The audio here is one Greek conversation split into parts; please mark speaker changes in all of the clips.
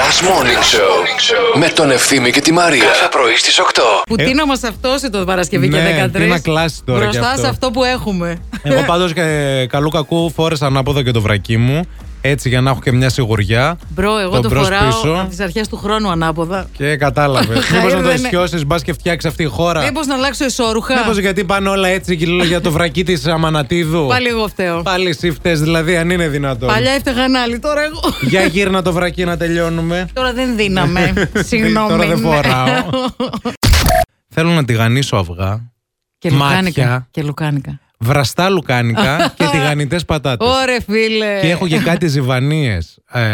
Speaker 1: Last Morning Show με τον Ευθύμη και τη Μαρία. Κάθε πρωί στις 8.
Speaker 2: Που
Speaker 3: Ε,
Speaker 2: τι να μα αυτόσει το Παρασκευή
Speaker 3: ναι,
Speaker 2: και 13.
Speaker 3: τι να κλάσει τώρα
Speaker 2: Μπροστά
Speaker 3: κι αυτό.
Speaker 2: σε αυτό που έχουμε.
Speaker 3: Εγώ πάντως καλού κακού φόρεσα ανάποδα και το βρακί μου. Έτσι για να έχω και μια σιγουριά.
Speaker 2: Μπρο, εγώ
Speaker 3: Τον
Speaker 2: το
Speaker 3: μπρος
Speaker 2: φοράω
Speaker 3: πίσω.
Speaker 2: από τις αρχές του χρόνου ανάποδα.
Speaker 3: Και κατάλαβες. Μήπως να το
Speaker 2: Χαίρομαι, ναι.
Speaker 3: ισιώσει, μπας και φτιάξεις αυτή η χώρα.
Speaker 2: Μήπως να αλλάξω εσόρουχα.
Speaker 3: Μήπως γιατί πάνε όλα έτσι και λέω για το βρακί της Αμανατίδου.
Speaker 2: Πάλι εγώ φταίω.
Speaker 3: Πάλι εσύ φταίς, δηλαδή, αν είναι δυνατόν.
Speaker 2: Παλιά έφταιγαν άλλοι, τώρα εγώ.
Speaker 3: Για γύρνα το βρακί να τελειώνουμε.
Speaker 2: Τώρα δεν δίναμε. Συγγνώμη.
Speaker 3: Τώρα δεν
Speaker 2: ναι.
Speaker 3: φοράω. Θέλω να τηγανίσω αυγά,
Speaker 2: και
Speaker 3: Μάτια.
Speaker 2: λουκάνικα. Και λουκάνικα.
Speaker 3: βραστά λουκάνικα και τηγανιτές πατάτες.
Speaker 2: Ωρε φίλε.
Speaker 3: Και έχω και κάτι ζυβανίες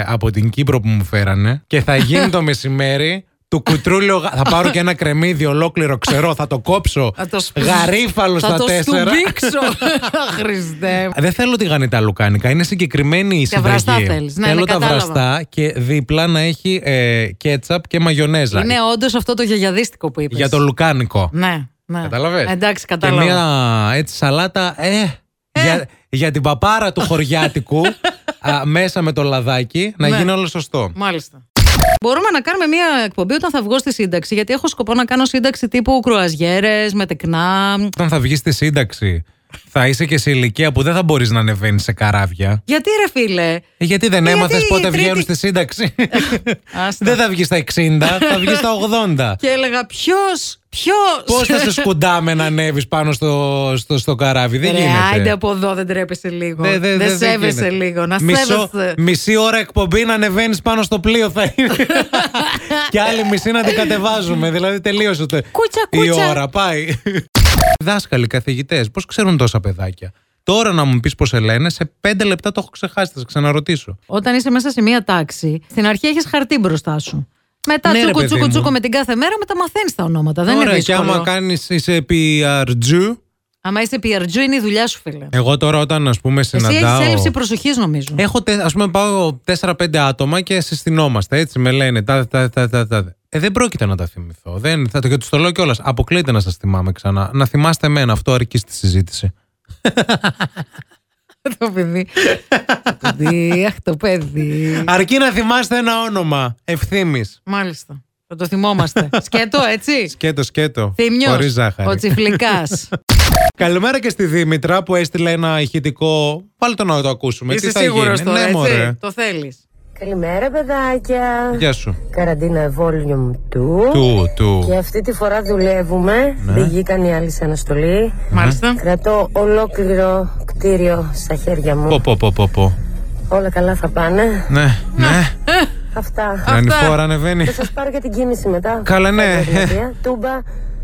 Speaker 3: από την Κύπρο που μου φέρανε. Και θα γίνει το μεσημέρι του κουτρούλιο. γα- θα πάρω και ένα κρεμμύδι ολόκληρο ξερό. Θα το κόψω.
Speaker 2: Θα το σπ-
Speaker 3: γαρίφαλο στα
Speaker 2: Θα το
Speaker 3: τέσσερα.
Speaker 2: στουμπίξω. Χριστέ μου.
Speaker 3: Δεν θέλω τηγανιτά λουκάνικα. Είναι συγκεκριμένη η
Speaker 2: Τα
Speaker 3: συνταγή.
Speaker 2: βραστά θέλεις. Ναι,
Speaker 3: θέλω
Speaker 2: ναι,
Speaker 3: τα
Speaker 2: κατάλαβα.
Speaker 3: βραστά και δίπλα να έχει ε, κέτσαπ και μαγιονέζα.
Speaker 2: Είναι όντως αυτό το γιαγιαδίστικο που είπες.
Speaker 3: Για το λουκάνικο.
Speaker 2: Ναι, ναι.
Speaker 3: Κατάλαβες.
Speaker 2: Εντάξει,
Speaker 3: Και
Speaker 2: κατάλαβα.
Speaker 3: μια έτσι σαλάτα, ε, Για, για την παπάρα του χωριάτικου, α, μέσα με το λαδάκι, να
Speaker 2: Ναι.
Speaker 3: γίνει όλο σωστό.
Speaker 2: Μάλιστα. Μπορούμε να κάνουμε μια εκπομπή όταν θα βγω στη σύνταξη. Γιατί έχω σκοπό να κάνω σύνταξη τύπου κρουαζιέρες, με τεκνά.
Speaker 3: Όταν θα βγεις στη σύνταξη, θα είσαι και σε ηλικία που δεν θα μπορείς να ανεβαίνεις σε καράβια.
Speaker 2: Γιατί ρε φίλε.
Speaker 3: Ε, Γιατί δεν
Speaker 2: Ε,
Speaker 3: έμαθε
Speaker 2: γιατί η
Speaker 3: πότε
Speaker 2: τρίτη-
Speaker 3: βγαίνουν στη σύνταξη.
Speaker 2: Άστα.
Speaker 3: δεν θα βγεις στα 60, θα βγεις στα 80.
Speaker 2: Και έλεγα ποιος, ποιος.
Speaker 3: Πώς θα σε σκουντάμε να ανέβεις πάνω στο, στο, στο καράβι, δεν
Speaker 2: Ρε, άιντε
Speaker 3: γίνεται.
Speaker 2: από εδώ, δεν τρέπεσαι λίγο.
Speaker 3: Δε- δε- δε-
Speaker 2: δεν
Speaker 3: δεν
Speaker 2: σέβεσαι
Speaker 3: γίνεται.
Speaker 2: λίγο. Να
Speaker 3: Μισό,
Speaker 2: σέβεσαι.
Speaker 3: μισή ώρα εκπομπή να ανεβαίνεις πάνω στο πλοίο θα είναι. και άλλη μισή να την κατεβάζουμε. Δηλαδή τελείωσε το.
Speaker 2: Κούτσα,
Speaker 3: Η
Speaker 2: κούτσα.
Speaker 3: ώρα πάει. Δάσκαλοι, καθηγητές, πώς ξέρουν τόσα παιδάκια. Τώρα να μου πεις πώς σε λένε, σε πέντε λεπτά το έχω ξεχάσει, θα σε ξαναρωτήσω.
Speaker 2: Όταν είσαι μέσα σε μία τάξη, στην αρχή έχεις χαρτί μπροστά σου. Μετά
Speaker 3: Ναι, ρε,
Speaker 2: τσούκου
Speaker 3: παιδί
Speaker 2: τσούκου
Speaker 3: μου.
Speaker 2: τσούκου με την κάθε μέρα, μετά μαθαίνεις τα ονόματα. Δεν
Speaker 3: Ωραία,
Speaker 2: είναι
Speaker 3: και
Speaker 2: δύσκολο.
Speaker 3: άμα κάνεις είσαι PRG.
Speaker 2: Άμα είσαι PRG, είναι η δουλειά σου, φίλε.
Speaker 3: Εγώ τώρα όταν ας πούμε
Speaker 2: Εσύ
Speaker 3: συναντάω.
Speaker 2: έχει έλλειψη προσοχής, νομίζω.
Speaker 3: Έχω, τε- ας πούμε, πάω 4-5 άτομα και συστηνόμαστε. Έτσι με λένε τα, τα, τα, τα, τα. Ε, δεν πρόκειται να τα θυμηθώ. Δεν, θα το, και τους το λέω κιόλας. Αποκλείται να σας θυμάμαι ξανά. Να θυμάστε εμένα. Αυτό αρκεί στη συζήτηση.
Speaker 2: το παιδί. το παιδί, αχ το παιδί.
Speaker 3: Αρκεί να θυμάστε ένα όνομα. Ευθύνη.
Speaker 2: Μάλιστα. Θα το θυμόμαστε. Σκέτο, έτσι.
Speaker 3: Σκέτο, σκέτο.
Speaker 2: Θύμιος,
Speaker 3: Χωρίς ζάχαρη.
Speaker 2: Ο τσιφλικάς.
Speaker 3: Καλημέρα και στη Δήμητρα που έστειλε ένα ηχητικό. Πάλι το να το ακούσουμε.
Speaker 2: Είσαι
Speaker 3: Τι θα
Speaker 2: σίγουρο
Speaker 3: γίνει.
Speaker 2: τώρα,
Speaker 3: ναι,
Speaker 2: έτσι.
Speaker 3: μωρέ.
Speaker 2: Το θέλεις.
Speaker 4: Καλημέρα παιδάκια
Speaker 3: Γεια σου.
Speaker 4: Καραντίνα volume του
Speaker 3: Του, Ναι.
Speaker 4: Και
Speaker 3: του.
Speaker 4: αυτή τη φορά δουλεύουμε Δεν βγήκαν οι άλλοι σε αναστολή
Speaker 2: Μάλιστα.
Speaker 4: Κρατώ ολόκληρο κτίριο στα χέρια μου
Speaker 3: Πω, πω, πω, πω, πω.
Speaker 4: Όλα καλά θα πάνε
Speaker 3: Ναι, ναι.
Speaker 4: Αυτά
Speaker 3: Κάνει φόρα, ανεβαίνει.
Speaker 4: Θα σας πάρω για την κίνηση μετά
Speaker 3: Καλά, ναι.
Speaker 4: Επαγγελματία. Τούμπα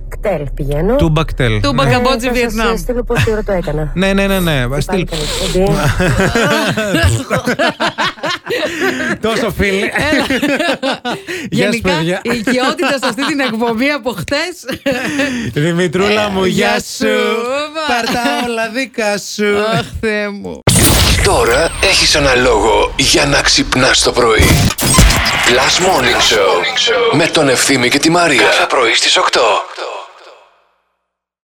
Speaker 4: κτέλ πηγαίνω
Speaker 3: Του μπακτέλ.
Speaker 2: Του
Speaker 4: Ε,
Speaker 2: Μπαγκαμπότζι
Speaker 4: Θα σας ε,
Speaker 2: Βιετνάμ.
Speaker 4: στείλω πόση ώρα το έκανα
Speaker 3: Ναι, ναι, ναι, ναι.
Speaker 4: Πάλι
Speaker 3: Στείλ.
Speaker 4: καλή εκπομπή.
Speaker 3: Τόσο φίλοι. Γεια σου,
Speaker 2: Γενικά,
Speaker 3: παιδιά.
Speaker 2: η οικειότητα σε αυτή την εκπομπή από χτες.
Speaker 3: Δημητρούλα μου, γεια
Speaker 2: Ε, γεια
Speaker 3: σου.
Speaker 2: σου.
Speaker 3: Πάρτα όλα δικά σου.
Speaker 2: Αχ, Θεέ μου.
Speaker 1: Τώρα έχεις ένα λόγο για να ξυπνάς το πρωί. Last Morning Show με τον Ευθύμη και τη Μαρία. Κάθε πρωί στις 8.